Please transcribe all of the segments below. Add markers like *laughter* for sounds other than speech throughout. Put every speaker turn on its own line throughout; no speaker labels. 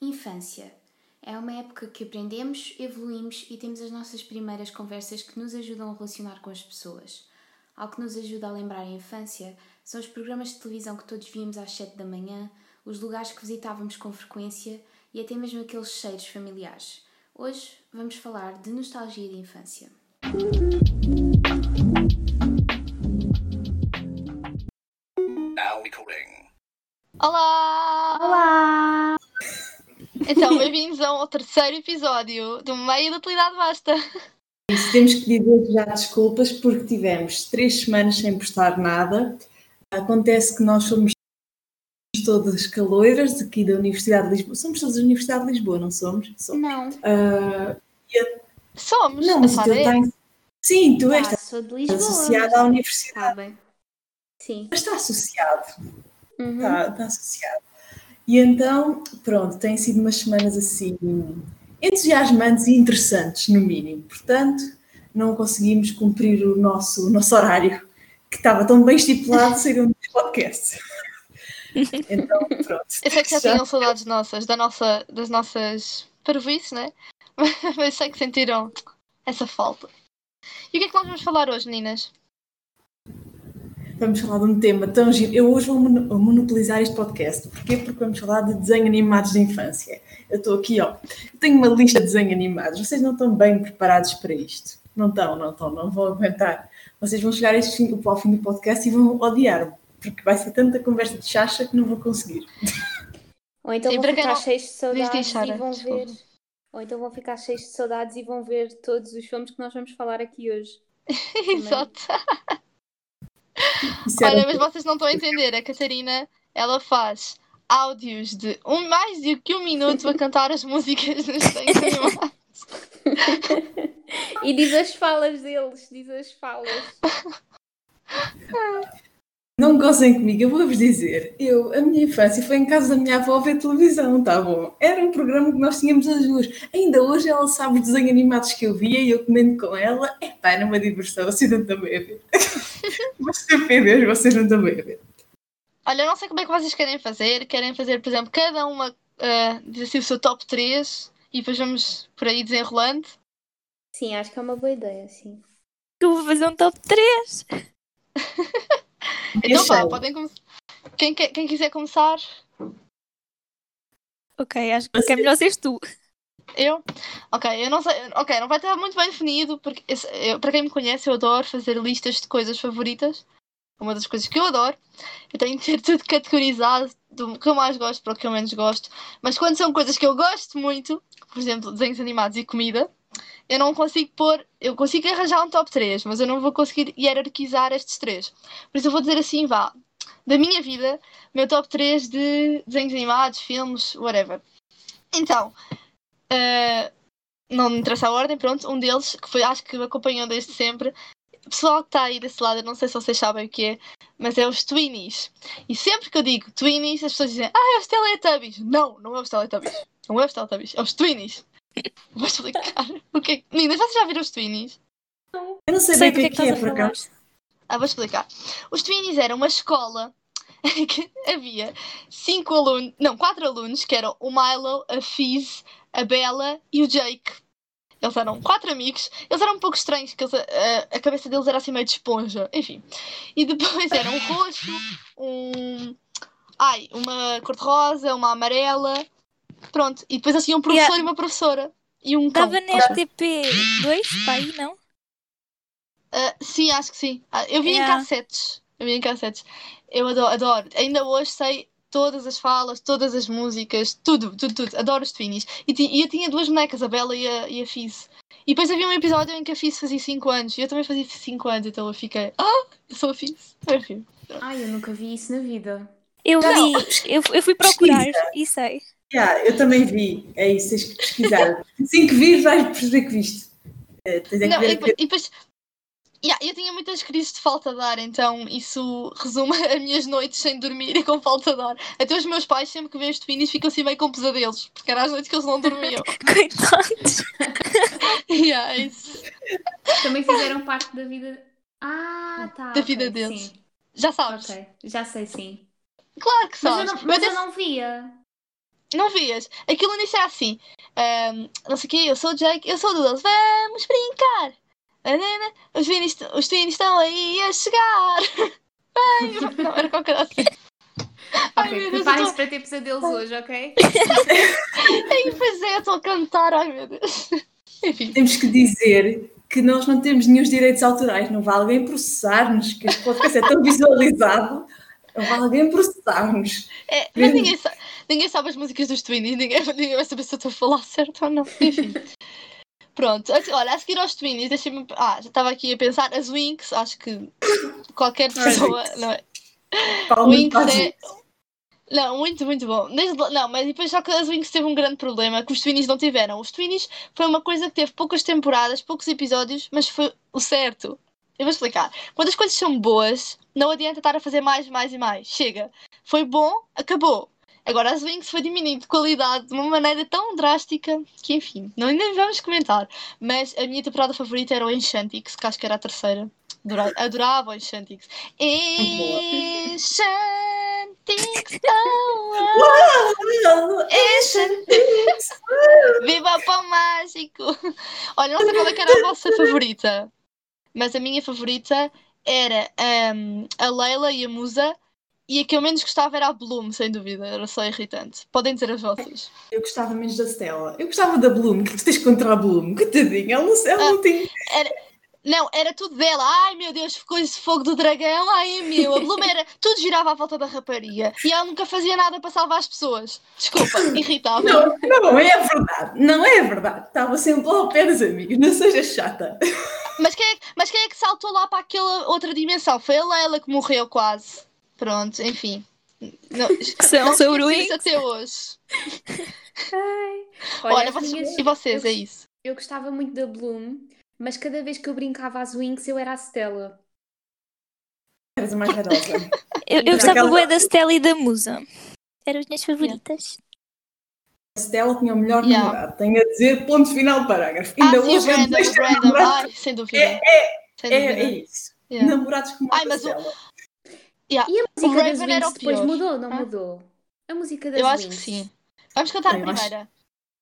Infância. É uma época que aprendemos, evoluímos e temos as nossas primeiras conversas que nos ajudam a relacionar com as pessoas. Algo que nos ajuda a lembrar a infância são os programas de televisão que todos víamos às 7 da manhã, os lugares que visitávamos com frequência e até mesmo aqueles cheiros familiares. Hoje vamos falar de nostalgia de infância.
Olá!
Olá!
Então, bem-vindos ao terceiro episódio do Meio da Utilidade Basta.
Isso, temos que dizer já desculpas porque tivemos três semanas sem postar nada. Acontece que nós somos todas caloiras aqui da Universidade de Lisboa. Somos todas da Universidade de Lisboa, não somos? somos.
Não.
Ah,
Somos!
não,
a
mas então tá tu
Sara é.
tens. Sim, tu és
Ah, sou de Lisboa.
associada à universidade,
Sabem? Sim.
mas está associado.
Uhum.
está, está tá, associado. E então, pronto, têm sido umas semanas assim entusiasmantes e interessantes, no mínimo. Portanto, não conseguimos cumprir o nosso, o nosso horário, que estava tão bem estipulado, seria um dos podcasts. Então, pronto.
Eu sei que já tinham saudades nossas, da nossa, das nossas parvoices, né? *laughs* Mas sei que sentiram essa falta. E o que é que nós vamos falar hoje, meninas?
Vamos falar de um tema tão giro. Eu hoje vou mono- monopolizar este podcast. Porquê? Porque vamos falar de desenho animados de infância. Eu estou aqui, ó. Tenho uma lista de desenho animados. Vocês não estão bem preparados para isto. Não estão, não estão, não vão aguentar. Vocês vão chegar a este fim, ao fim do podcast e vão odiar-me. Porque vai ser tanta conversa de chacha que não vou conseguir.
Ou então
Sim,
vão
para quem
ficar
não-
cheios de saudades
diz, Sara,
e vão
desculpa.
ver. Ou então vão ficar cheios de saudades e vão ver todos os filmes que nós vamos falar aqui hoje.
*laughs* Exato.
Isso é era
Olha, mas vocês não estão a entender. A Catarina, ela faz áudios de um, mais de que um minuto a cantar as músicas dos
*laughs*
desenhos animados.
E diz as falas deles, diz as falas.
Não gozem comigo, eu vou-vos dizer. Eu, a minha infância foi em casa da minha avó ver televisão, tá bom? Era um programa que nós tínhamos às duas. Ainda hoje ela sabe os desenhos animados que eu via e eu comento com ela. Epá, era uma diversão, vocês não estão bem a ver. *laughs* Vocês, meu Deus, vocês não estão bem a ver.
Olha, eu não sei como é que vocês querem fazer. Querem fazer, por exemplo, cada uma ah, diz assim o seu top 3 e depois vamos por aí desenrolando.
Sim, acho que é uma boa ideia, sim.
que eu vou fazer um top 3.
Então vá,
Deixa-o.
podem começar. Quem, que- quem quiser começar,
Ok, acho que é melhor seres tu.
eu. Ok, eu não sei. Ok, não vai estar muito bem definido, porque esse- eu- para quem me conhece, eu adoro fazer listas de coisas favoritas. Uma das coisas que eu adoro. Eu tenho de ter tudo categorizado, do que eu mais gosto para o que eu menos gosto. Mas quando são coisas que eu gosto muito, por exemplo, desenhos animados e comida, eu não consigo pôr. Eu consigo arranjar um top 3, mas eu não vou conseguir hierarquizar estes três. Por isso eu vou dizer assim, vá. Da minha vida, meu top 3 de desenhos animados, filmes, whatever. Então, eh, não me interessa a ordem, pronto. Um deles, que foi, acho que me acompanhou desde sempre. Pessoal que está aí desse lado, eu não sei se vocês sabem o que é, mas é os Twinnies. E sempre que eu digo Twinnies, as pessoas dizem, ah, é os Teletubbies. Não, não é os Teletubbies. Não é os Teletubbies, é os Twinnies. Vou explicar *laughs* o que é. que- Meninas, vocês já viram os Twinnies?
Eu não sei,
Sei do
bem o que é que é, por
estás a falar.
acaso.
Ah, vou explicar. Os Twinnies era uma escola *laughs* em que havia cinco alunos, não, quatro alunos, que eram o Milo, a Fizz, a Bella e o Jake. Eles eram quatro amigos, eles eram um pouco estranhos, porque eles, ah, a, cabeça deles era assim meio de esponja, enfim. E depois era um roxo, um. Ai, uma cor-de-rosa, uma amarela. Pronto, e depois assim um professor
Yeah.
e uma professora. E um cão.
Estava na RTP2, pá, aí não?
Ah, sim, acho que sim. Ah, Eu vi
Yeah.
em cassetes. Eu vi em cassetes. Eu adoro, adoro. Ainda hoje sei todas as falas, todas as músicas, tudo, tudo, tudo. Adoro os Twinnies. E, ti- e eu tinha duas bonecas, a Bela e a, e a Fizz. E depois havia um episódio em que a Fizz fazia 5 anos. E eu também fazia 5 anos, então eu fiquei... Ah, eu sou a Fizz. É um Enfim.
Ai, eu nunca vi isso na vida.
Eu
Não.
vi, eu, eu fui procurar e sei. *laughs*
Yeah, eu também vi. É isso, tens que pesquisar. Assim que vir, vais perceber que viste. Eh, tens é que
Não,
ver
e,
a
depois- e depois... Yeah, eu tinha muitas crises de falta de ar, então isso resume *laughs* as minhas noites sem dormir e com falta de ar. Até os meus pais, sempre que veem os Twinnies, ficam assim meio com pesadelos, porque era as noites que eles não dormiam.
Coitados.
*laughs* Yeah, é isso.
Também fizeram parte da vida. Ah, tá.
Da
ok,
vida deles.
Sim,
Já sabes.
ok. Já sei, sim.
Claro que
Mas, eu
sabes.
não, mas
até-
eu não via.
Não vias? Aquilo inicia assim. ehm, não sei o quê, eu sou o Jake, eu sou o Doodles. Vamos brincar! Ah, Nanana, né. os finis, os finis estão aí a chegar! *laughs* Bem, não, era qualquer outra. Ai
Ok,
meu Deus, eu
Preparem-se
estou
para ter pesadelos hoje, ok?
bem fazer, estou é, a cantar, ai meu Deus. *laughs* Enfim,
Temos que dizer que nós não temos nenhum direitos autorais. Não vai alguém processar-nos, que este podcast é tão *laughs* visualizado. Não vai alguém processar-nos.
é, mas ninguém sabe, ninguém sabe as músicas dos Twinnies, ninguém, ninguém vai saber se eu estou a falar *laughs* certo ou não. Enfim. Pronto, assim, olha, a seguir aos Twinnies, deixa-me. Ah, já estava aqui a pensar, as Winx, acho que qualquer pessoa.
Winx.
Não é?
Palma de
Wings
paz.
é. Não, muito, muito bom. Desde- Não, mas depois só que as Wings teve um grande problema que os Twinnies não tiveram. Os Twinnies foi uma coisa que teve poucas temporadas, poucos episódios, mas foi o certo. Eu vou explicar. Quando as coisas são boas, não adianta estar a fazer mais, mais e mais. Chega. Foi bom, acabou. Agora as Wings foi diminuindo de qualidade de uma maneira tão drástica que, enfim, não ainda vamos comentar. Mas a minha temporada favorita era o Enchantix, que acho que era a terceira. Adorava, adorava o Enchantix.
boa.
Enchantix, oh,
é-"
oh, viva o pão mágico! Olha, não sei qual é que era a vossa favorita, mas a minha favorita era ahm, a Leila e a Musa, e a que eu menos gostava era a Bloom, sem dúvida, era só irritante. Podem dizer as vossas.
Eu gostava menos da Stella. Eu gostava da Bloom. O que é que tu tens contra a Bloom? Coitadinha, ela, não- ela
Ah,
não tem.
Não, era tudo dela. Ai meu Deus, ficou esse fogo do dragão. Ai meu, a Bloom era. Tudo girava à volta da rapariga. E ela nunca fazia nada para salvar as pessoas. Desculpa, irritava.
Não, não é verdade. Não é verdade. Estava sempre lá ao pé dos amigos. Não seja chata.
Mas quem, é, que- mas quem é que saltou lá para aquela outra dimensão? Foi a Leila que morreu quase. Pronto, enfim. Não,
Que
*laughs*
são
esqueço
sobre
isso até hoje.
Ai.
Olha,
as
vocês,
minhas-
e vocês,
eu-
é isso.
Eu gostava muito da Bloom, mas cada vez que eu brincava às Winx eu era a Stella.
Eras a mais raidosa.
Eu, eu
Por
gostava
acaso-
bué da Stella e da Musa. Eram as minhas favoritas.
É. A Stella tinha o melhor
Yeah.
namorado. Tenho a dizer, ponto final, parágrafo.
Ah,
Ainda
sim, o
hoje eu
Brandon, o
detesto
Brandon.
namorados.
Ai, sem dúvida.
É-
sem
É,
dúvida.
é isso.
Yeah.
Namorados como
Ai,
a
mas o-
Stella.
E a
O
música das
Raven era
Winx
o
depois
pior.
mudou, não
Hã?
mudou? A música das
Eu acho que
Winx.
sim. Vamos cantar a
Eu acho-
primeira.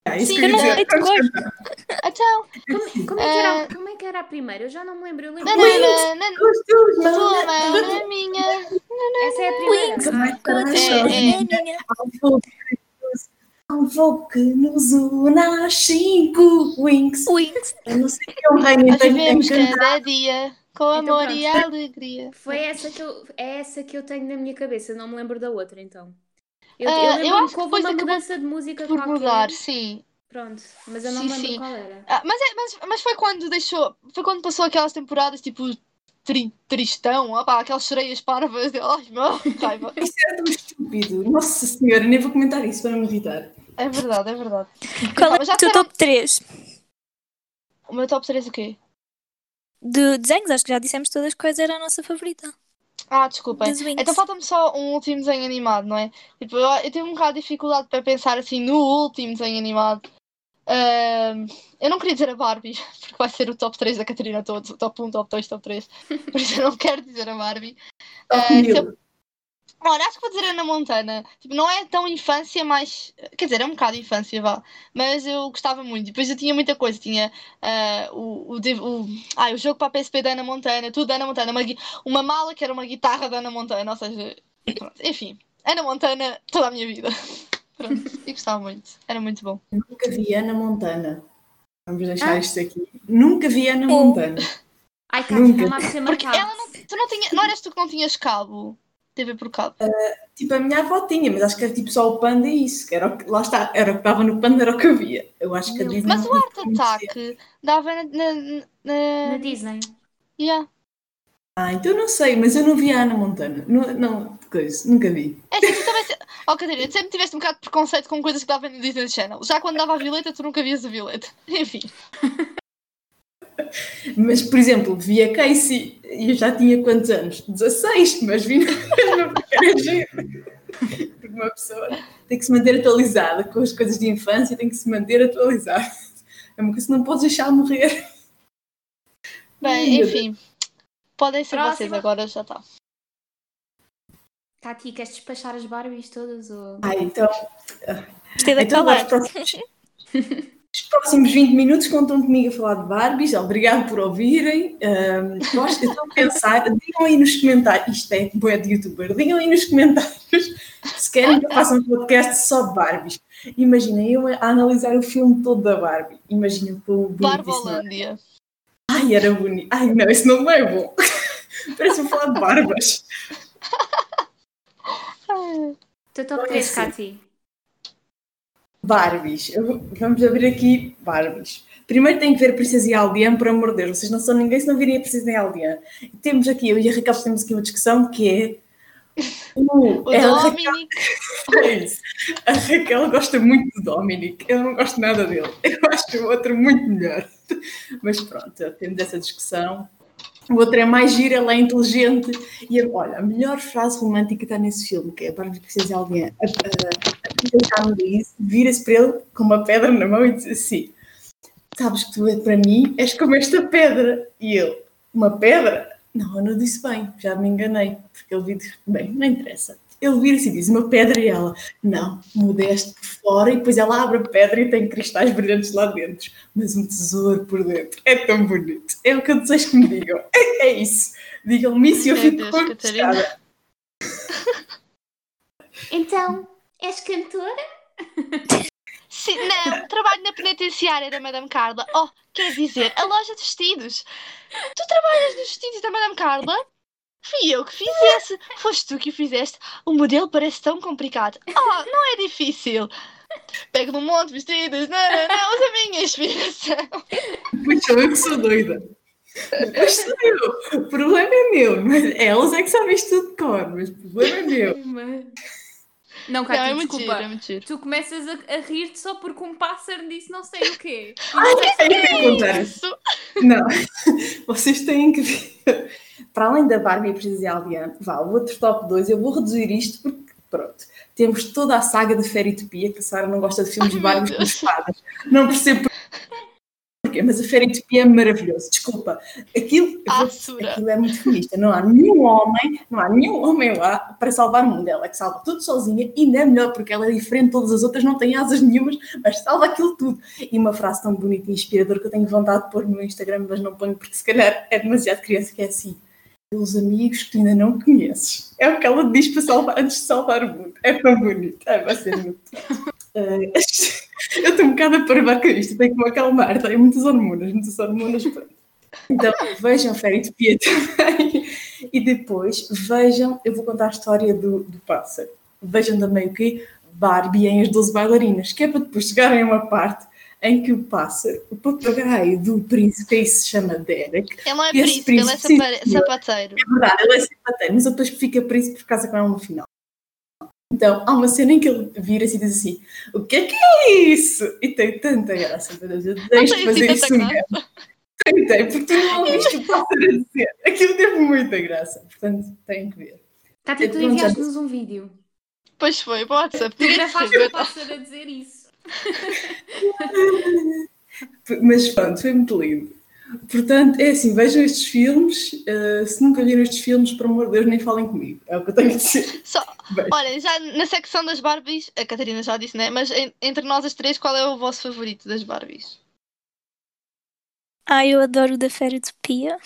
É isso
Sim,
que eu ia
Eu não
dizer.
sei, tu gostas.
Então.
Como, como é que era, como é que era a primeira? Eu já não me lembro. Eu lembro.
Nananana,
Gostou,
Tua
não?
mão na minha.
Essa é a primeira.
Winx.
não é?
Todas
É,
são a
é.
minha.
Há um fogo que nos- há um fogo que nos une às cinco wings.
Wings.
Eu não sei o que é um reino
Nós
tenho que
vivemos
encantar.
cada dia com
Então,
amor e
pronto.
alegria.
Foi essa que eu, é essa que eu tenho na minha cabeça, não me lembro da outra então. Eu,
Ah,
eu
eu
lembro-me
acho
que
que
houve
depois
uma
acabou
mudança de música
Por
qualquer.
mudar, sim.
Pronto, mas eu não
Sim,
me lembro
sim.
qual era.
Ah, mas, é- mas, mas foi quando deixou. Foi quando passou aquelas temporadas tipo tri- tristão, opá, aquelas sereias parvas. eu- Ai, meu, *laughs* raiva.
Isso era tão estúpido. Nossa senhora, nem vou comentar isso para não me irritar.
É verdade, é verdade.
Qual é
mas já
o teu
disseram-
top 3?
O meu top 3 o quê?
De desenhos, acho que já dissemos todas quais era a nossa favorita.
Ah, desculpem.
Das Winx.
Então falta-me só um último desenho animado, não é? Tipo, eu, eu tenho um bocado de dificuldade para pensar assim no último desenho animado. Ahm, eu não queria dizer a Barbie, *laughs* porque vai ser o top 3 da Catarina todo, top 1, top 2, top 3. Por isso eu não quero dizer a Barbie. Ah,
Top mil.
se Olha, acho que vou dizer Ana Montana. Tipo, não é tão infância, mas. Quer dizer, é um bocado infância, vá. Mas eu gostava muito. Depois eu tinha muita coisa. Tinha ah, o, o, div- o, ai, o jogo para a PSP da Ana Montana, tudo da Ana Montana. Uma, gui- uma mala que era uma guitarra da Ana Montana. Ou seja, pronto. enfim, Ana Montana toda a minha vida. *laughs* Pronto, e gostava muito. Era muito bom.
Nunca vi Ana Montana. Vamos deixar isto aqui. Nunca vi Ana
Oh.
Montana.
Ai, Cátia,
Nunca.
está-me a ser
Porque
marcado.
ela não. Tu não, tinha, não eras tu que não tinhas cabo? TV por cabo.
Tipo, a minha avó tinha, mas acho que era tipo só o panda e isso. Que era o que, lá está, era o que estava no panda, era o que havia. Eu acho que a Disney
Mas
não
o tá
tem
Art
como ser.
Attack dava na. na, na-
Na Disney.
yeah.
Ah, então não sei, mas eu não vi a Ana Montana. Não, não coisa, nunca vi.
É assim, tu também. se- Oh, Catarina, tu sempre tiveste um bocado de preconceito com coisas que davam no Disney Channel. Já quando dava a Violeta, tu nunca vias a Violeta. *laughs* Enfim.
Mas, por exemplo, vi a Casey e eu já tinha quantos anos? 16, mas vi na mesma porque era giro. Porque Uma pessoa tem que se manter atualizada com as coisas de infância, tem que se manter atualizada. É uma coisa que não podes deixar morrer.
Bem,
Ai, meu
enfim. Podem ser vocês
Próxima.
agora, já está.
Tati, queres despachar as Barbies todas? Ou...
Ah, então,
Gostei da
então
calada.
agora os próximos, os próximos 20 minutos contam comigo a falar de Barbies. Obrigado por ouvirem. Ahm, eu acho que estou a pensar, digam aí nos comentários, isto é boé de youtuber, digam aí nos comentários se querem que eu faça um podcast só de Barbies. Imaginem eu a analisar o filme todo da Barbie. Imaginem o quão bonito isso não é.
Barbolândia.
Ai, era bonito. Ai, não, isso não é bom. *laughs* Parece-me falar de barbas.
Teu top
Olha
3,
assim.
Tati.
Barbies. Eu vou- Vamos abrir aqui Barbies. Primeiro tem que ver a Princesa e a Aldeã, por amor de Deus. Vocês não são ninguém se não virem a Princesa e a Aldeã. Temos aqui, eu e a Raquel temos aqui uma discussão que
*laughs*
é... Uh,
O
é a, Raquel,
Dominic.
a Raquel gosta muito do Dominic. Eu não gosto nada dele. Eu acho o outro muito melhor. *laughs* Mas pronto, temos essa discussão. O outro é mais giro, ela é inteligente. E olha, a melhor frase romântica está nesse filme, que é a Barbie Princesa e a Aldeã. A- a- a Annalise vira-se para ele com uma pedra na mão e diz assim: Sabes que tu é para mim, és como esta pedra. E ele: Uma pedra? Não, eu não disse bem, já me enganei, porque ele vira bem, não interessa. Ele vira-se e diz: Uma pedra, e ela: Não, modeste por fora, e depois ela abre a pedra e tem cristais brilhantes lá dentro, mas um tesouro por dentro. É tão bonito. É o que eu desejo que me digam. É, é isso. Digam-me isso e eu
Meu
fico
Deus,
conquistada.
Então, és cantora?
Sim, não, trabalho na penitenciária da Madame Carla. Oh, quer dizer, a loja de vestidos. Tu trabalhas nos vestidos da Madame Carla? Fui eu que fizesse. Foste tu que o fizeste. O modelo parece tão complicado. Oh, não é difícil. Pego num monte de vestidos. Não, não, não. Usa a minha inspiração.
Pois sou eu que sou doida. Pois sou eu. O problema é meu. Mas elas é que sabem isto tudo de cor, mas o problema é meu.
Não,
Não,
Cátia,
é muito giro,
desculpa.
é muito giro.
Tu começas a, a rir-te só porque um pássaro disse não sei o
*laughs*
quê.
Aí tem que contar.
Isso.
Não. *laughs* Vocês têm que ver. Para além da Barbie e a Princesa e a Aldeã, vá, o outro top 2, eu vou reduzir isto porque, pronto, temos toda a saga de Feritopia, que a Sara não gosta de filmes de
Ai, meu
Barbie com
Deus.
espadas. Não percebo por- porquê, mas a Feritopia é maravilhoso. Desculpa. Aquilo, eu vou-
Assura.
aquilo é muito feminista. Não há nenhum homem, não há nenhum homem lá para salvar o mundo. Ela é que salva tudo sozinha e ainda é melhor porque ela é diferente, todas as outras não têm asas nenhumas, mas salva aquilo tudo e uma frase tão bonita e inspiradora que eu tenho vontade de pôr no meu Instagram, mas não ponho porque se calhar é demasiado criança que é assim. Pelos amigos que tu ainda não conheces. É o que ela diz para salvar, antes de salvar o mundo. É tão bonito. É, vai ser muito. Eh, *laughs* eu estou um bocado a parvar com isto, tenho que me acalmar. Tenho muitas hormonas, muitas hormonas. pronto. Então, vejam Feritopia também. E depois, vejam, eu vou contar a história do, do pássaro. Vejam também o quê? Barbie em As 12 Bailarinas, que é para depois chegarem a uma parte em que o pássaro, o papagaio do príncipe, aí se chama Derek,
Ele não é
Esse
príncipe, ele é
príncipe, sim,
sapa-
senhor.
sapateiro.
é verdade, ele é simpatético, mas ele depois fica príncipe por causa que não é no final. Então, há uma cena em que ele vira-se e diz assim: O que é que é isso? E tem tanta graça, meu Deus, eu deixo de
tem
fazer
assim
isso
tanta
mesmo. Tem, tem, porque tu não ouviste
tipo,
o pássaro a dizer. Aquilo teve muita graça, portanto, tem que ver.
é
Tati, Tá tu
Eu-
enviaste-nos um vídeo.
Pois foi, é para o WhatsApp.
Tu
Ninguém
gravaste
percebeu.
um pássaro a dizer isso.
Mas pronto, foi muito lindo. Portanto, é assim, vejam estes filmes. eh, se nunca viram estes filmes, por amor de Deus, nem falem comigo. É o que eu tenho a dizer.
assim, Só-
Bem,
Olha, já na secção das Barbies, a Catarina já disse, né? Mas en- entre nós as três, qual é o vosso favorito das Barbies?
Ai, eu adoro o da Fera de Pia.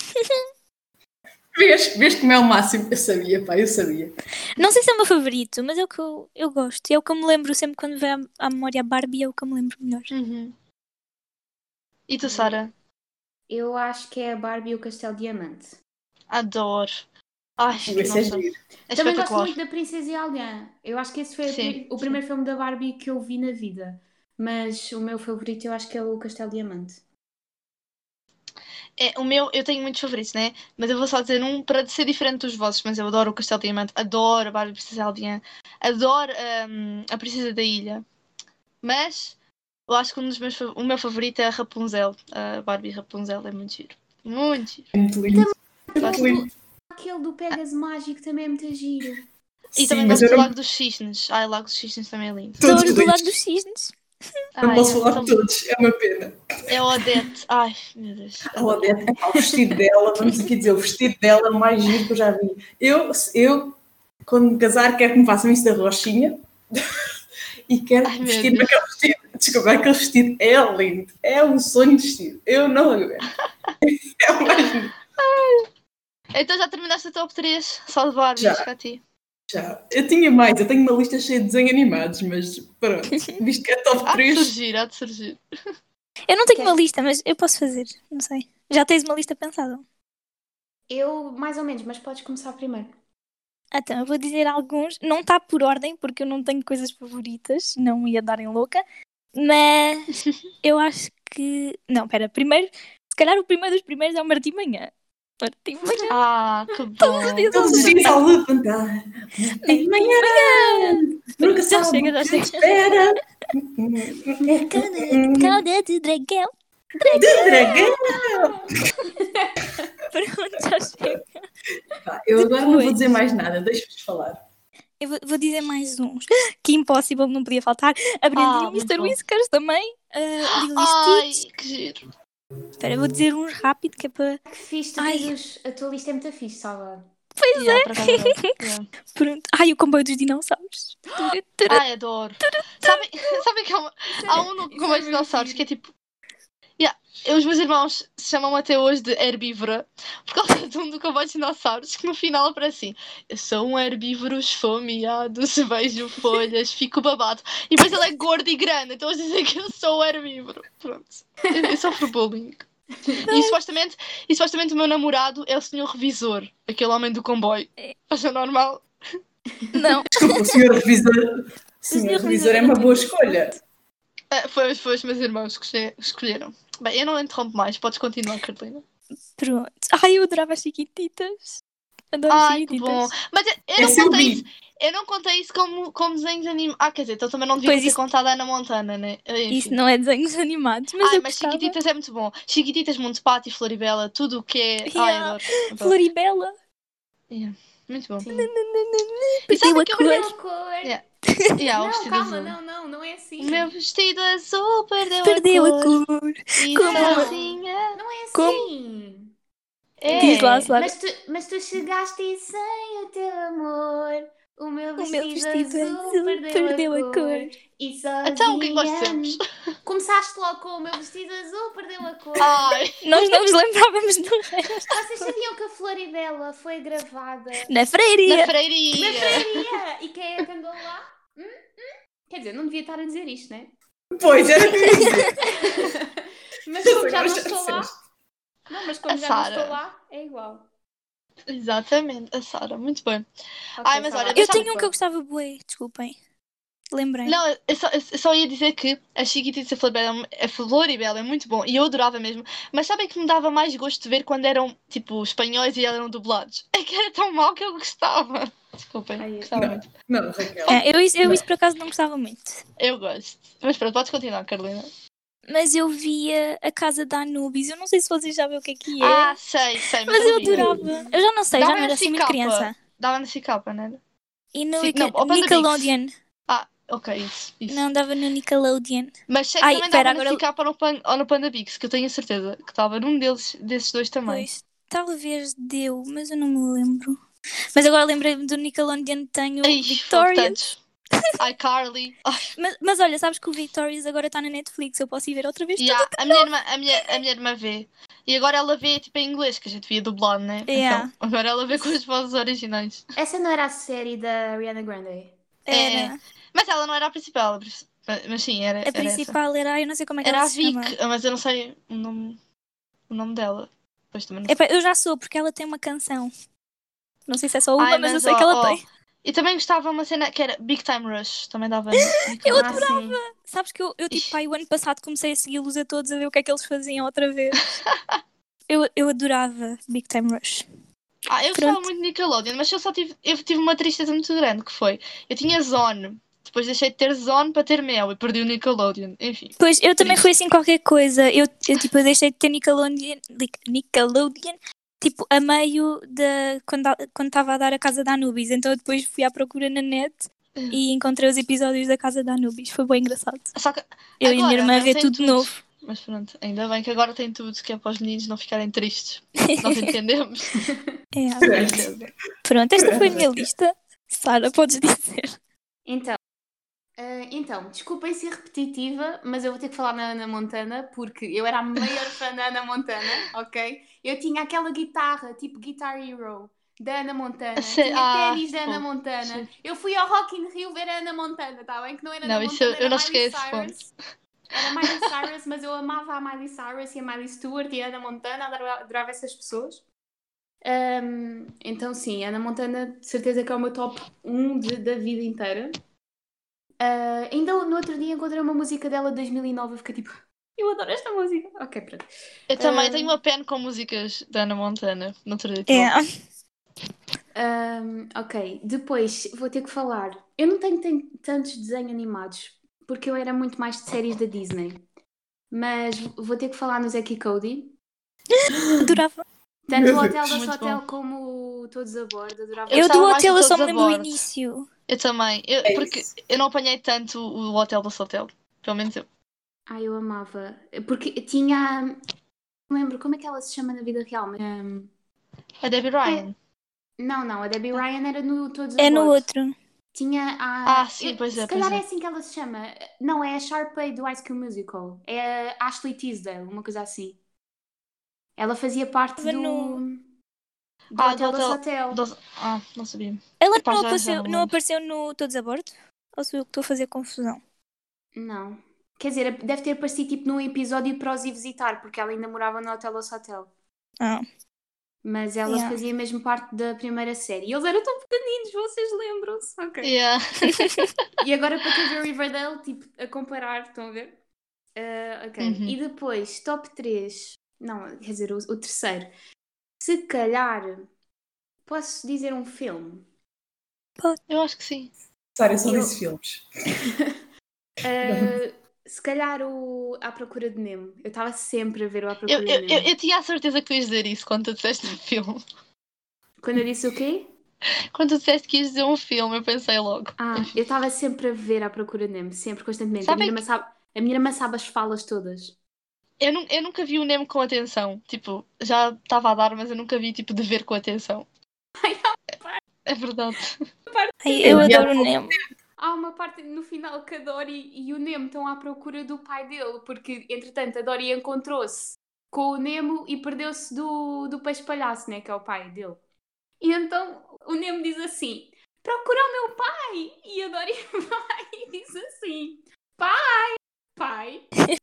vês, vês como é o máximo? Eu sabia, pá, eu sabia.
Não sei se é o meu favorito, mas é o que eu, eu gosto. E É o que eu me lembro sempre quando vem à, à memória a Barbie, é o que eu me lembro melhor.
E tu, Sara?
Eu acho que é a Barbie e o Castelo Diamante.
Adoro. Ai,
Esse é
nossa,
giro.
é
Também gosto
espetacular.
muito da Princesa e a Aldeã. Eu acho que esse foi a
Sim,
pri- o primeiro filme da Barbie que eu vi na vida. Mas o meu favorito eu acho que é o Castelo Diamante.
É, o meu, eu tenho muitos favoritos, né? Mas eu vou só dizer um para ser diferente dos vossos, mas eu adoro o Castelo Diamante, adoro a Barbie Princesa Aldeã, adoro hum, a Princesa da Ilha. Mas eu acho que um dos meus, fa- o meu favorito é a Rapunzel, a Barbie Rapunzel, é muito giro. Muito giro.
É muito lindo.
Gosto-
Lindo.
Aquele do Pegasus Mágico também é muito giro.
E
Sim,
também
mas
gosto
eu
do
não-
Lago dos Cisnes. Ai, o Lago dos Cisnes também é lindo.
Todos
adoro do
lindos.
lado dos cisnes.
Ai,
Não posso
é
falar
tão-
de todos, é uma pena.
É a Odete. Ai, meu Deus.
A Odete, epá, o vestido dela, vamos aqui dizer, o vestido dela é o mais giro que eu já vi. Eu, eu Quando me casar, quero que me façam isso da roxinha e quero
Ai, meu
vestir
Deus.
aquele vestido. Desculpa, aquele vestido é lindo. É um sonho de vestido. Eu não aguento. É o mais lindo.
Então já terminaste o top 3, salvar
Já.
a ti.
Já. Eu tinha mais, eu tenho uma lista cheia de desenhos animados, mas pronto, visto que é
*laughs*
top
Há de
3,
surgir, há de surgir.
Eu não tenho
Ok.
uma lista, mas eu posso fazer. Não sei. Já tens uma lista pensada?
Eu, mais ou menos, mas podes começar primeiro.
Ah, Então, eu vou dizer alguns. Não está por ordem, porque eu não tenho coisas favoritas, não ia dar em louca. *laughs* Mas eu acho que. Não, pera, primeiro. Se calhar o primeiro dos primeiros é o Martim Manhã. Martim Manhã.
Ah, que bom.
todos os dias ao levantar, de manhã, nunca
Já
sabe o
chega, já
que te
chega.
espera.
Calda de dragão. *laughs*
De dragão.
Pronto, já chega.
Pá, Eu agora não vou
Depois.
dizer mais nada, deixo-vos falar.
Eu vou, vou dizer mais uns. *gasps* Que Impossible não podia faltar. Aprendi o
Ah,
Mr.
muito bom.
Whiskers também.
*gasps*
Uh, Lilo e
Ai,
Stitch.
que giro.
Espera, vou dizer uns rápido, que é para. *laughs*
Que fixe, tu
Ai.
tens os- a tua lista é muito fixe, Salvador.
Pois *laughs* é.
Pronto. Ai, o comboio dos dinossauros.
Ai, adoro. Sabem sabe *laughs* que há, uma, há um no
Isso é
Comboio de
muito
Dinossauros
giro.
que é tipo. Yeah, eu, os meus irmãos se chamam até hoje de herbívora por causa de um do Comboio de Dinossauros que no final aparece assim: Eu sou um herbívoro esfomeado, se vejo folhas, fico babado. E depois ele é gordo e grande, então eles dizem que eu sou um herbívoro. Pronto. Eu, eu sofro bullying. E supostamente, e supostamente o meu namorado é o senhor revisor, aquele homem do comboio. Acha normal?
Não.
Desculpa, o senhor revisor. Senhor
senhor
revisor é
revisor
uma
é
boa
tudo.
escolha.
Ah, foi, foi os meus irmãos que escolhe- escolheram. Bem, eu não interrompo mais, podes continuar, Carolina.
*laughs* Pronto. Ai, eu adorava as chiquititas. Adoro as
Ai, que
chiquititas.
bom. Mas eu, eu
É
não
seu
contei
bicho.
isso. Eu não contei isso como, como desenhos animados. Ah, quer dizer, então também não devia
Pois
ter
isso-
contado a Ana Montana, né? Enfim.
Isso não é desenhos animados, mas
Ai,
eu
mas
gostava.
Chiquititas é muito bom. Chiquititas, Montepata e Floribela, tudo o que é. Ai,
Yeah.
adoro. Adoro.
Floribela.
Muito bom.
Sim.
E sabe
Perdeu a
é que eu-
cor.
Não, cor.
Yeah, Yeah,
não,
o um vestido
calma,
azul.
não, não, não é assim.
O meu vestido azul perdeu,
Perdeu
a
a
cor.
cor.
E tá
Como?
sozinha.
Não é assim.
É.
Diz lá, Sara.
Mas, tu, mas tu chegaste e sem o teu amor. O meu
meu
vestido,
vestido
azul,
azul
perdeu,
perdeu
a,
a
cor.
cor.
E sozinha.
Então, o que é que nós temos? *laughs*
Começaste logo com o meu vestido azul, perdeu a cor.
Ai.
Nós não nos lembrávamos do resto.
Vocês sabiam que a Floribela foi gravada
Na
Na
freiria.
na
freiria.
feirinha? E quem é que andou lá? Hum? Hum? Quer dizer, não devia estar a dizer isto, né? *laughs*
Pois, era o que eu ia dizer.
Mas como já
Agora
não estou lá,
disseste.
não, mas como
A
já
Sara.
não estou lá, é igual.
Exatamente, a Sara, muito bem.
Ok,
Ai, mas
Sara,
olha,
Eu
sabe
tenho um que eu gostava bué, desculpem. Lembrei.
Não, eu só, eu só ia dizer que a Chiquititas e a Floribela, é um, a Floribela é muito bom e eu adorava mesmo, mas sabem que me dava mais gosto de ver quando eram tipo espanhóis e eram dublados? *laughs* É que era tão mal que eu gostava. Desculpem,
Ai, eu-
gostava
não.
muito.
Não, Raquel.
É, eu, isso- eu isso por acaso não gostava muito.
Eu gosto. Mas pronto, podes continuar, Carolina.
Mas eu via a casa da Anubis. Eu não sei se vocês já sabem o que é que é.
Ah, sei, sei.
mas eu
vi.
adorava. Eu já não sei, já
Dava
não era
esse
assim muito
capa.
criança.
Dava na Chicapa, assim não era?
E no
Sim,
Nica-
não, ao Panda Mix.
Nickelodeon.
Ok, isso. isso.
Não dava no Nickelodeon.
Mas sei que
Ai,
também
pera,
dava na
agora-
Chicapa ou no Pan- ou no Panda Bix, que eu tenho a certeza que estava num deles, desses dois também.
Pois, talvez deu, mas eu não me lembro. Mas agora lembrei-me do Nickelodeon tenho
Ai,
Victorious.
Ai, Carly. Ai,
Mas, mas olha, sabes que o Victorious agora está na Netflix, eu posso ir ver outra vez?
yeah. a, minha irmã, a, minha, a minha irmã vê. E agora ela vê tipo em inglês, que a gente via dublado, né?
Yeah.
Então, agora ela vê com as vozes originais.
Essa não era a série da Ariana Grande?
Era.
Mas ela não era a principal, a princi- mas- mas sim, era.
a
era essa.
principal era, eu não sei como é que
Era
ela
a
se chama.
Vic, mas eu não sei o nome, o nome dela. Pois também não sei.
Epá, eu já sou, porque ela tem uma canção. Não sei se é só uma,
Ai,
mas, eu
mas
sei que
ó,
ela
ó.
tem.
E também gostava uma cena que era Big Time Rush,
*laughs*
também dava. na-
Eu
Ah,
adorava.
sim.
Sabes que eu, eu tipo,
Ixi.
pai, o ano passado comecei a segui-los a todos a ver o que é que eles faziam outra vez. *laughs* eu, eu adorava Big Time Rush.
Ah, eu gostava
Pronto.
muito de Nickelodeon, mas eu só tive, eu tive uma tristeza muito grande, que foi. Eu tinha Zone, depois deixei de ter Zone para ter Mel e perdi o Nickelodeon. Enfim.
Pois, eu também fui assim qualquer coisa. Eu, eu tipo, eu deixei de ter Nickelodeon, Nic- Nickelodeon tipo, a meio da quando a- quando estava a dar a Casa da Anubis. Então eu depois fui à procura na net
É.
e encontrei os episódios da Casa da Anubis. Foi bem engraçado.
Só que,
Eu e a minha
Agora,
irmã
mas
ver
tem
tudo,
tudo.
novo.
mas pronto, ainda bem que agora tem tudo, que é para os meninos não ficarem tristes. Nós entendemos.
É,
Pronto. *laughs*
pronto, esta foi a minha lista. Sara, podes dizer.
Então,
Ah, então, desculpem ser repetitiva, mas eu vou ter que falar na Ana Montana, porque eu era a
*laughs*
maior fã da Ana Montana, ok? Eu tinha aquela guitarra, tipo Guitar Hero, da Ana Montana,
A sé-
tinha
ah,
ténis da Ana
bom,
Montana.
sim.
Eu fui ao Rock in Rio ver a Ana Montana, está bem? Que não era
Não,
Ana
isso
Montana,
eu- eu
era
não cheguei a esse
Cyrus. Era Miley Cyrus, mas eu amava a Miley Cyrus e a Miley Stewart e a Ana Montana, adorava, adorava essas pessoas. Ahm, então, sim, Ana Montana, de certeza que é o meu top 1 de- da vida inteira. Ah, ainda no outro dia encontrei uma música dela de 2009 e fiquei tipo, eu adoro esta música. Ok, pronto.
Eu também
Ah.
tenho uma pen com músicas da Ana Montana, no outro dia.
É.
Ahm, ok, depois vou ter que falar. Eu não tenho tan- tantos desenhos animados, porque eu era muito mais de séries da Disney. Mas vou ter que falar no Zack e Cody.
Adorava.
Tanto
Meu
o Hotel
Deus.
da
Muito
Hotel como o Todos a Bordo. Adorava
Eu
Eu, do
gostava mais
hotel
de
eu só me
todos a
lembro do
bordo.
início.
Eu também. Eu-
É
porque
isso.
eu não apanhei tanto o hotel do hotel. Pelo menos eu.
Ai, eu amava. Porque tinha. Não lembro como é que ela se chama na vida real. mas- Ahm,
A Debbie Ryan.
Não, não, a Debbie Ryan era no Todos a
Ah. É no
Bordo.
outro.
Tinha a.
Ah, sim,
eu-
pois é,
Se
pois
calhar
é.
é assim que ela se chama. Não, é a Sharpay do High School Musical. É a Ashley Tisdale, uma coisa assim. Ela fazia parte
Estava
do.
no-
Do
Ah, do
Hotel do
Hotel-
Hotel.
Do- Ah, não sabia.
Ela
Epá,
não,
já- já
apareceu,
não
não,
lembro.
apareceu no Todos a Bordo? Ou sou eu que estou a fazer confusão?
Não. Quer dizer, deve ter aparecido tipo num episódio para os ir visitar, porque ela ainda morava no Hotel do Hotel.
Ah.
Mas ela
Yeah.
fazia mesmo parte da primeira série. E eles eram tão pequeninos, vocês lembram-se? Ok.
Yeah.
E agora para quem vê Riverdale, tipo, a comparar, estão a ver? Ah, ok.
Uhum.
E depois, top 3. Não, quer dizer, o, o terceiro. Se calhar, posso dizer um filme.
Eu acho que sim.
Sara, eu só
Eu-
disse filmes.
Ah, se calhar o À Procura de Nemo. Eu estava sempre a ver o À
Eu,
Procura
eu,
de
eu,
Nemo.
eu tinha a certeza que tu ias dizer isso quando tu disseste um filme. *laughs*
Quando eu disse o quê?
Quando tu disseste que ias dizer um filme, eu pensei logo.
Ah, eu estava sempre a ver À Procura de Nemo, sempre, constantemente.
Sabem
a, minha irmã sabe, a minha irmã sabe as falas todas.
Eu, nu- eu nunca vi o Nemo com atenção. Tipo, já estava a dar, mas eu nunca vi, tipo, de ver com atenção. É verdade.
Ai, eu
Eu
adoro o Nemo.
Há uma parte no final que a Dory e o Nemo estão à procura do pai dele, porque entretanto a Dory encontrou-se com o Nemo e perdeu-se do, do peixe palhaço, né, que é o pai dele. E então o Nemo diz assim: procura o meu pai! E a Dory *laughs* vai e diz assim: pai, pai, pai!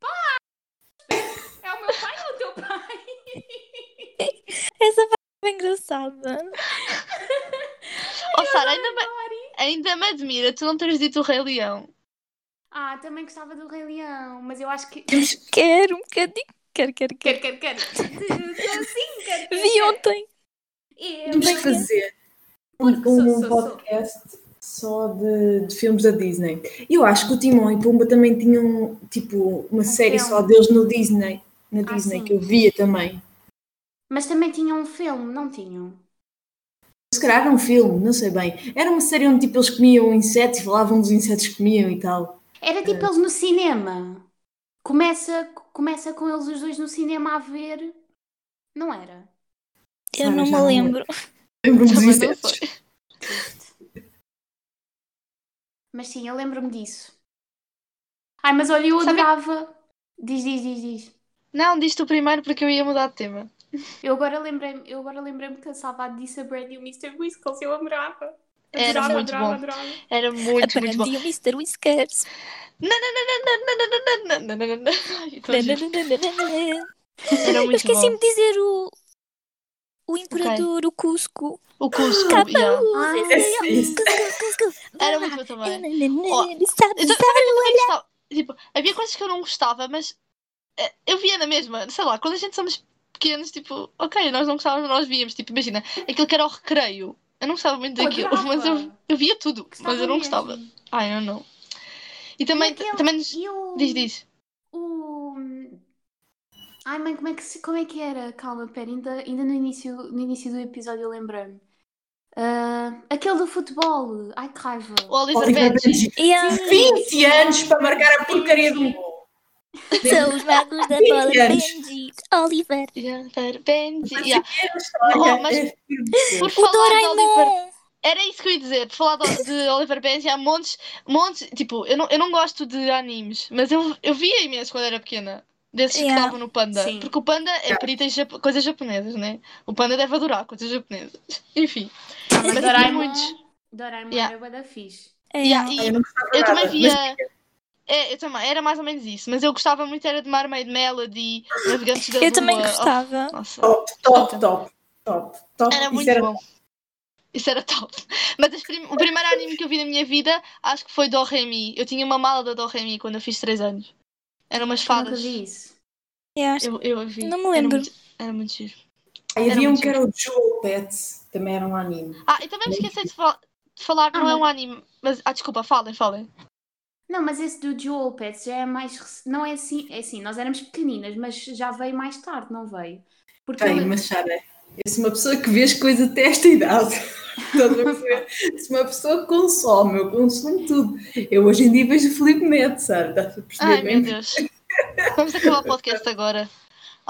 É o meu pai ou o teu pai?
Essa parte é bem engraçada.
Oh, Sara, ainda me, ainda me admira tu não teres dito o Rei Leão.
Ah, também gostava do Rei Leão, mas eu acho que.
Quero um bocadinho. Quero, quero, quero.
Quero, quero, quero. Sou assim, quero, quero.
Vi
quero.
ontem.
Eu
Temos que
não-
fazer um,
Porque sou-
um
sou- sou.
podcast só de, de filmes da Disney. Eu acho que o Timão e Pumba também tinham tipo uma série
filme.
só deles no Disney, na
Ah,
Disney
sim.
que eu via também.
Mas também tinham um filme, não tinham?
Se calhar era um filme, não sei bem. Era uma série onde tipo eles comiam insetos e falavam dos insetos que comiam e tal.
Era tipo eles no cinema. Começa, começa com eles os dois no cinema a ver. Não era?
Eu
Sara,
não me
já não
lembro.
Lembro-me dos
Também não
insetos.
sei.
Mas sim, eu lembro-me disso. Ai, mas olha, eu
Sabe-
adorava. Diz, diz, diz, diz.
Não, diz-te o primeiro porque eu ia mudar de tema.
Eu agora lembrei-me, eu agora lembrei-me que a Salvado disse a Brandy e o Mr. Whiskles, eu amorava.
Era
adorava,
muito
adorava,
bom.
adorava.
Era muito, muito
Aprendi
bom.
o Mr. Whiskers.
Nananana. Ai, eu tô a rir.
Nananana.
Era
Eu
muito
esqueci-me
bom.
de dizer o. O Imperador, o Cusco.
O Cusco.
Tá
yeah.
Ah,
esse- esse.
Era muito bom também. Ó, Eu
Sabe,
ta- também nunca gostava. Tipo, havia coisas que eu não gostava, mas eh, eu via na mesma. Sei lá, quando a gente somos pequenos, tipo, ok, nós não gostávamos, nós víamos. Tipo, imagina, aquilo que era o recreio. Eu não gostava muito daquilo,
Adorava.
*laughs* mas eu, eu via tudo,
Gostava
mas eu não
mesmo.
gostava. Ai, eu não. E também,
E aquele-
também nos...
E o-
Diz, diz.
O. Ai, mãe, como é que, se- como é que era? Calma, pera, ainda, ainda no, início, no início do episódio eu lembrei-me. Ah, aquele do futebol. Ai, que raiva.
O Oliver
Oliver
Benji.
Benji. 20 anos para marcar a porcaria do gol.
São os magos da bola. Benji, Oliver.
Oliver Benji. yeah.
Essa história
Oh, mas-
é
Por
O é-
falar de Oliver
Doraemon.
Era isso que eu ia dizer, de falar de, de Oliver Benji, há montes, montes, tipo, eu não, eu não gosto de animes, mas eu, eu via imenso quando era pequena, desses que
Yeah.
estavam no Panda,
Sim.
porque o Panda é perito em japo- coisas japonesas, né? O Panda deve adorar coisas japonesas, *laughs* enfim.
Ah, mas
Mas
Doraemon,
muitos.
Doraemon
Yeah.
era bué da fixe.
É.
Yeah,
Ah,
e
eu não gostava
eu
nada,
também
mas
via. É, eu também, era mais ou menos isso, mas eu gostava muito era de Mermaid Melody, Navegantes da
Eu também
Lua.
gostava.
Oh, nossa.
Top, top, top, top, top.
Era
Isso
muito
era-
bom. Isso era top. Mas as prim- o primeiro anime que eu vi na minha vida acho que foi Doremi. Eu tinha uma mala da Doremi quando eu fiz 3 anos. Eram umas
Nunca
fadas.
vi isso.
Eu acho-
Eu, eu a vi.
Não me
Era
lembro.
muito- Era muito, giro.
Ah, e
era
havia um
muito
que era o Jewel Pets, também era um anime.
Ah, e também me esqueci de, fal- de falar, não é um anime. Mas, ah, desculpa, falem, falem.
Não, mas esse do Joel Pets já é mais. rec- Não é assim, é assim, nós éramos pequeninas, mas já veio mais tarde, não veio? Porque eu
Bem,
lembro-
mas Sara, eu sou uma pessoa que vê as coisas até esta idade. *laughs* Estás a perceber? Sou uma pessoa que consome, eu consumo tudo. Eu hoje em dia vejo o Felipe Neto, Sara, estás a perceber
Ai,
bem?
meu Deus. Vamos acabar o podcast agora.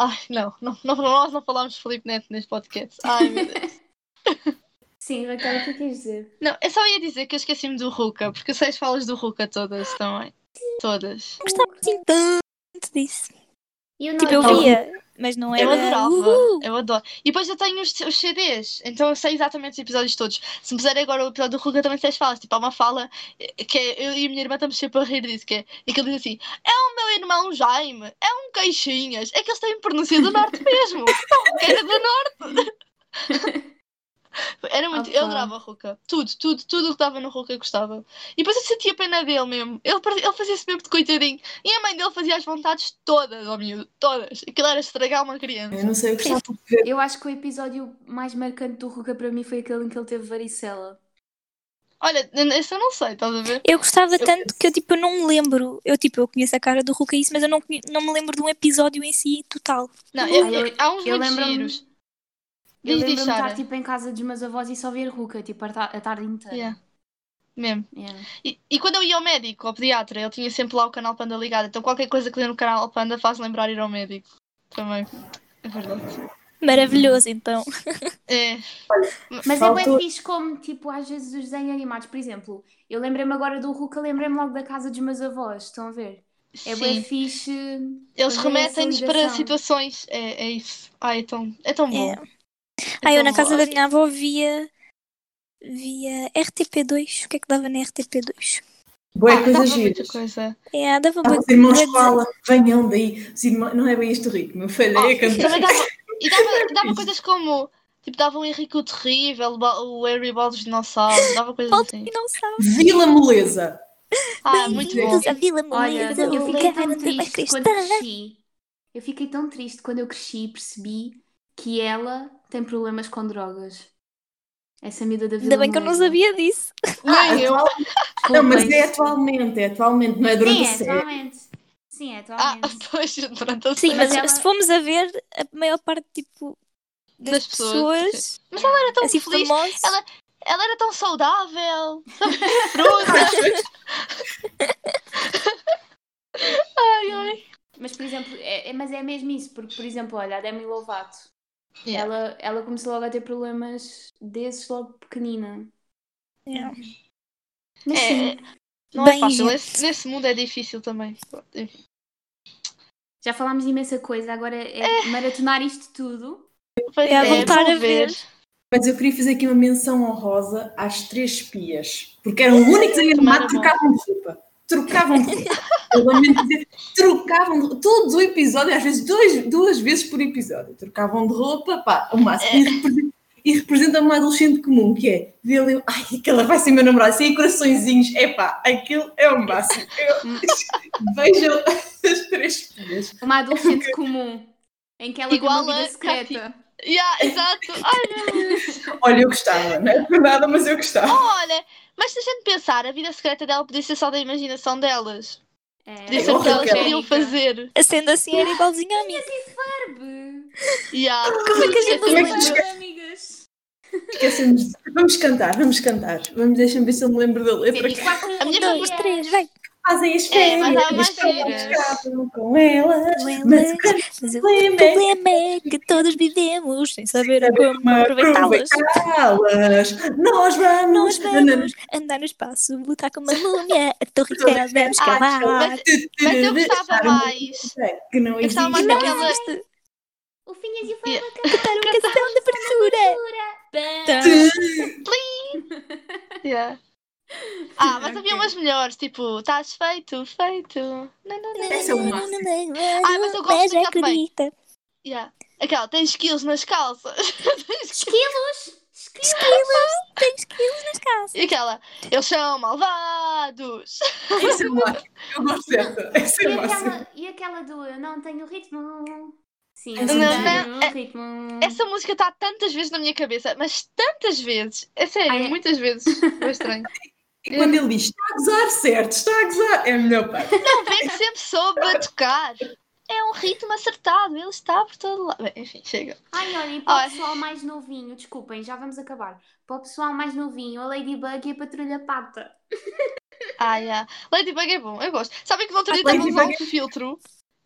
Ai, não, não, não- Nós não falámos de Felipe Neto neste podcast. Ai, meu Deus.
Sim, Raquel, o que quis dizer?
Não, eu só ia dizer que eu esqueci-me do Ruka, porque eu sei as falas do Ruka todas também. Todas.
Gostava assim tanto disso.
E eu não
Tipo, eu via, mas não era.
Eu adorava,
Uhul!
eu adoro. E depois eu tenho os, os CDs, então eu sei exatamente os episódios todos. Se me puserem agora o episódio do Ruka, também sei as falas. Tipo, há uma fala eh, que é, eu e a minha irmã estamos sempre a rir disso, que é, e que ele diz assim: é o meu irmão Jaime, é um queixinhas. É que eles têm pronúncia do norte
*laughs*
mesmo.
Então,
que era do norte. Era muito, eu
Opa.
adorava o Ruka. Tudo, tudo, tudo o que dava no Ruka eu gostava. E depois eu sentia pena dele mesmo. Ele, pare- ele fazia-se mesmo de coitadinho. E a mãe dele fazia as vontades todas, ao miúdo, todas. Aquilo era estragar uma criança.
Eu não sei, eu gostava de
Eu acho que o episódio mais marcante do Ruka para mim foi aquele em que ele teve varicela.
Olha, n- esse eu não sei, estás a ver?
Eu gostava
Eu-
tanto que eu tipo não me lembro. Eu tipo eu conheço a cara do Hulk e isso, mas eu não, conhe- não me lembro de um episódio em si total.
Não, eu-
Ah, eu-
há uns
eu
muitos
lembro-me-
giros.
Eu
Diz, diz,
lembro-me de estar
Sara.
tipo, em casa dos meus avós e só ver Ruka tipo, a, ta- a tarde inteira.
Yeah, Mesmo.
Yeah.
E, e quando eu ia ao médico, ao pediatra, ele tinha sempre lá o canal Panda ligado. Então qualquer coisa que dê no canal Panda faz lembrar ir ao médico. Também. É verdade.
Maravilhoso então.
É.
Mas é
Faltou-
bem fixe como, tipo, às vezes os desenhos animados, por exemplo, eu lembrei-me agora do Ruka, lembrei-me logo da casa dos meus avós, estão a ver? É bem
Sim.
fixe.
Eles
fazer essa
remetem-nos para
ligação.
situações. É, é isso. Ai, é tão, é tão bom.
É.
É
Ah, eu
tão
na casa
bom.
da minha avó via via RTP2. O que é que dava na RTP2?
Boa
Ah,
coisa
dava
gira.
muita coisa.
É, dava
Ah,
bué
os irmãos
bué de-
escola, venham daí. Os irmãos... Não é bem este ritmo, eu falei
Ah,
a cantar.
Também dava, e
*laughs*
dava, dava coisas como. Tipo, dava o Henrique o Terrível, o Harry Ball dos Dinossauros, dava coisas
Volta
assim.
e não sabe.
Vila Moleza.
Ah, muito bom.
Bem-vindos à Vila
Olha,
Moleza,
eu
o
fiquei tão
caverna da
triste
cristã.
quando cresci. Eu fiquei tão triste quando eu cresci e percebi que ela tem problemas com drogas. Essa miúda da vida.
Ainda bem que eu não sabia disso.
Nem eu.
Não, mas é atualmente, é atualmente, não é durante
Sim,
a
é
série.
atualmente. Sim, é
Ah,
atualmente.
*laughs* pois, pronto.
Sim, mas,
Mas ela-
se formos a ver, a maior parte tipo das,
Das pessoas,
pessoas,
Mas ela era tão
assim
feliz.
famosas,
ela- Ela era tão saudável.
*laughs*
Fruta. ai, ai.
Mas, por exemplo, é, é- mas é mesmo isso, porque, por exemplo, olha, a Demi Lovato,
Yeah.
ela, ela começou logo a ter problemas desses logo pequenina.
yeah.
Mas
É,
sim,
não é
Bem,
fácil.
gente.
Esse- nesse mundo é difícil também. Enfim.
já falámos de imensa coisa, agora é, maratonar isto tudo.
Pois
É, a voltar
vou
a ver.
Mas eu queria fazer aqui uma menção honrosa às três espias, porque eram o único desenho animado que
Também
trocavam de roupa. Trocavam de roupa. Eu lamento dizer, trocavam de roupa. Todos o episódio, às vezes dois, duas vezes por episódio. Trocavam de roupa, pá, o máximo. E representa, e representa uma adolescente comum, que é vê-lo, ai, aquela vai ser meu namorado, assim, coraçõezinhos, é pá, aquilo é o máximo. Eu- Vejam as três espias.
Uma adolescente comum, em que ela
Igual
tem uma
a
vida secreta.
Yeah, exato. Ai,
*laughs*
meu Deus.
Olha, eu gostava, não é por nada, mas eu gostava.
Olha, mas se a gente pensar, a vida secreta dela podia ser só da imaginação delas.
É,
Podia ser o
horror,
que elas
Raquel.
queriam fazer.
sendo assim era igualzinho a mim.
Yeah.
Como é que a gente
Como é que
Mas, amigas.
Esquecemos. é assim, Vamos cantar, vamos cantar. Vamos, deixa-me ver se eu me lembro É da letra.
Sim, e quatro,
A minha
Um, dois,
favorita-
três, vai.
Fazem as
É,
férias.
mas há mais
as férias.
giras.
estou com elas, mas o
Mas
grande
o
problema é
problema é que todos vivemos sem saber como
como
aproveitá-las.
aproveitá-las. Nós vamos.
Nós
nanana, *laughs*
vamos andar no espaço, lutar com uma múmia, a torre que ela deve escalar.
mas, mas eu gostava
Deixar um
mais.
Que não
Eu gostava mais
existe.
daquela.
O Finhas e o Fábio
é- Yeah.
Cantar uma canção um de abertura. Tá.
Yeah. Ah, mas havia umas melhores, tipo, estás feito, feito. Não, não, não.
Essa é o máximo.
Ah,
mas eu gosto daquela também.
bonita.
Yeah. Aquela, tens quilos nas calças. Tens quilos.
Esquilos! Esquilos!
Quilos, tens quilos nas calças.
E aquela, eles são malvados.
Essa é o máximo. Eu gosto dessa. Essa é
E
o máximo.
aquela, e aquela do Eu Não Tenho Ritmo. Sim,
Essa
eu não
não-
tenho
um
é-
ritmo.
Hum.
Essa música está tantas vezes na minha cabeça, mas tantas vezes. É sério,
Ai, é.
muitas vezes. É estranho.
E quando ele diz está a gozar, certo, está a gozar, é a melhor parte.
Não vê que sempre soube a tocar. É um ritmo acertado, ele está por todo lado. Bem, enfim, chega.
Ai, olhem, para
Olha.
o pessoal mais novinho, desculpem, já vamos acabar. Para o pessoal mais novinho, a Ladybug e a Patrulha Pata.
Ah, yeah. Ladybug é bom, eu gosto. Sabem que no outro dia estava a
Ladybug
usar um filtro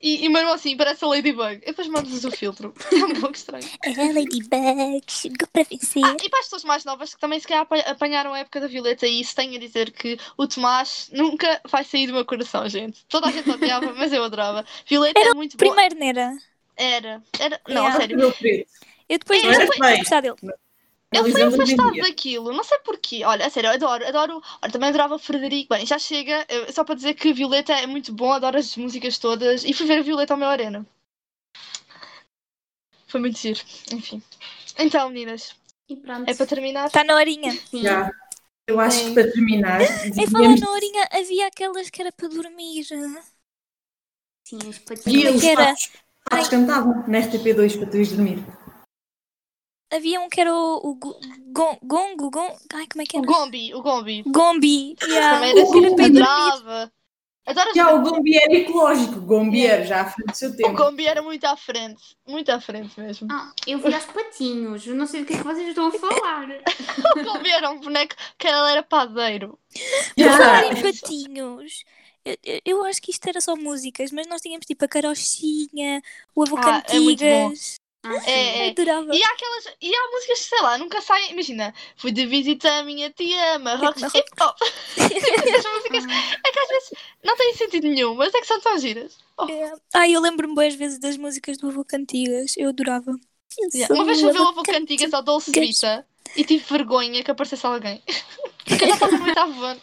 e, e meu irmão assim, parece a Ladybug. Eu depois mando-vos o filtro. *laughs* É um pouco estranho.
A Ladybug chegou para vencer.
Ah, e para as pessoas mais novas que também se calhar apa- apanharam a época da Violeta e isso tenho a dizer que o Tomás nunca vai sair do meu coração, gente. Toda a gente odiava, *laughs* mas eu adorava. Violeta é muito boa.
Primeiro não era.
Era, era. Não,
Yeah.
a sério.
Meu preto.
Eu depois
É,
não
era
fui
feio.
gostar dele.
Eu fui
Analisamos hoje em
afastado
dia.
daquilo, não sei porquê. Olha, a sério, eu adoro, adoro. Olha, também adorava o Frederico. Bem, já chega, eu- só para dizer que Violeta é muito bom, adoro as músicas todas. E fui ver a Violeta ao meu arena. Foi muito giro, enfim. Então, meninas,
E pronto.
é para terminar?
Está Tá na horinha.
Sim.
Já. Eu acho que para terminar,
Em falar
devíamos
na horinha, havia aquelas que era para dormir.
Sim, as
E
Como é
patinhas.
que
os
era?
patos, patos cantavam na RTP2 para tu ires dormir.
Havia um que era o, o Gu- Gon- Gongo, Gon- Ai, como é que
O
era?
Gombi, o Gombi.
Gombi. Yeah.
Também era
O que era
assim,
para ir dormir.
adorava. Adoro as-
Já o gombiero ecológico, gombiero, já à frente do seu
O
tempo.
Gombi era muito à frente, muito à frente mesmo.
Ah, eu vi aos patinhos, eu não sei do que é que vocês estão a
*laughs*
falar.
O Gombi era um boneco que ele era padeiro.
Por falar
Já.
em patinhos. Eu, eu- eu acho que isto era só músicas, mas nós tínhamos tipo a carochinha, o avô
Ah, é muito bom.
cantigas.
Ah, sim.
É, é.
Adorava.
E há aquelas. E há músicas que, sei lá, nunca saem. Imagina, fui de visita à minha tia, Marrocos
Marrocos.
hip *laughs* hop. As músicas.
Ah,
É que às vezes não têm sentido nenhum, mas é que são tão giras.
Yeah. Ah, eu lembro-me boas vezes das músicas do avô cantigas. Eu adorava. Eu
Yeah. Uma
sou
vez
o
fui ver o
avô
avô cantigas
Cantigas.
ao Dolce Vita e tive vergonha que aparecesse alguém. *laughs* Porque eu já estava muito avô.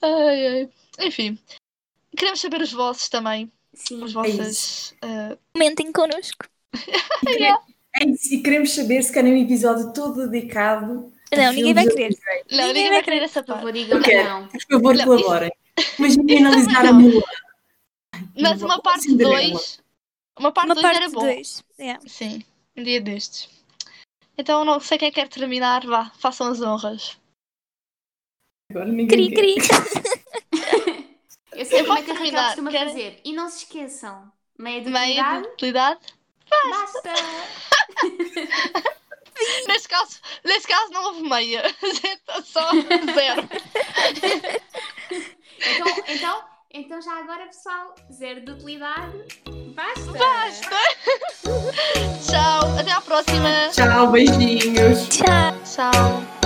ai, ai. Enfim. Queremos saber os vossos também.
É
Sim.
Os
isso.
vossos. ah,
Comentem connosco.
Em si, queremos saber se querem um episódio todo dedicado. a
Não, ninguém vai
filmes
querer.
Não, ninguém,
Ninguém
vai
vai
querer essa
Por
parte.
favor, digam
Ok.
que não.
Por favor,
Não,
colaborem. Imaginem
isso
analisar a
também
mula.
Mas uma parte
Cinderela.
2. Uma parte
Uma
2 era
parte
bom.
2. Yeah.
Sim, um dia destes. Então não sei quem quer terminar, vá, façam as honras.
Agora ninguém
Cri,
quer.
cri.
Eu sei
Eu
como é
posso
que a Raquel
terminar,
costuma
querem?
fazer. E não se esqueçam, meia de
Meia de
idade,
utilidade.
basta.
Neste caso, neste caso não houve meia. *laughs* Só zero.
Então, então, então já agora, pessoal, zero de utilidade, basta.
Basta. Tchau, até à próxima.
Tchau, beijinhos.
Tchau.
Tchau.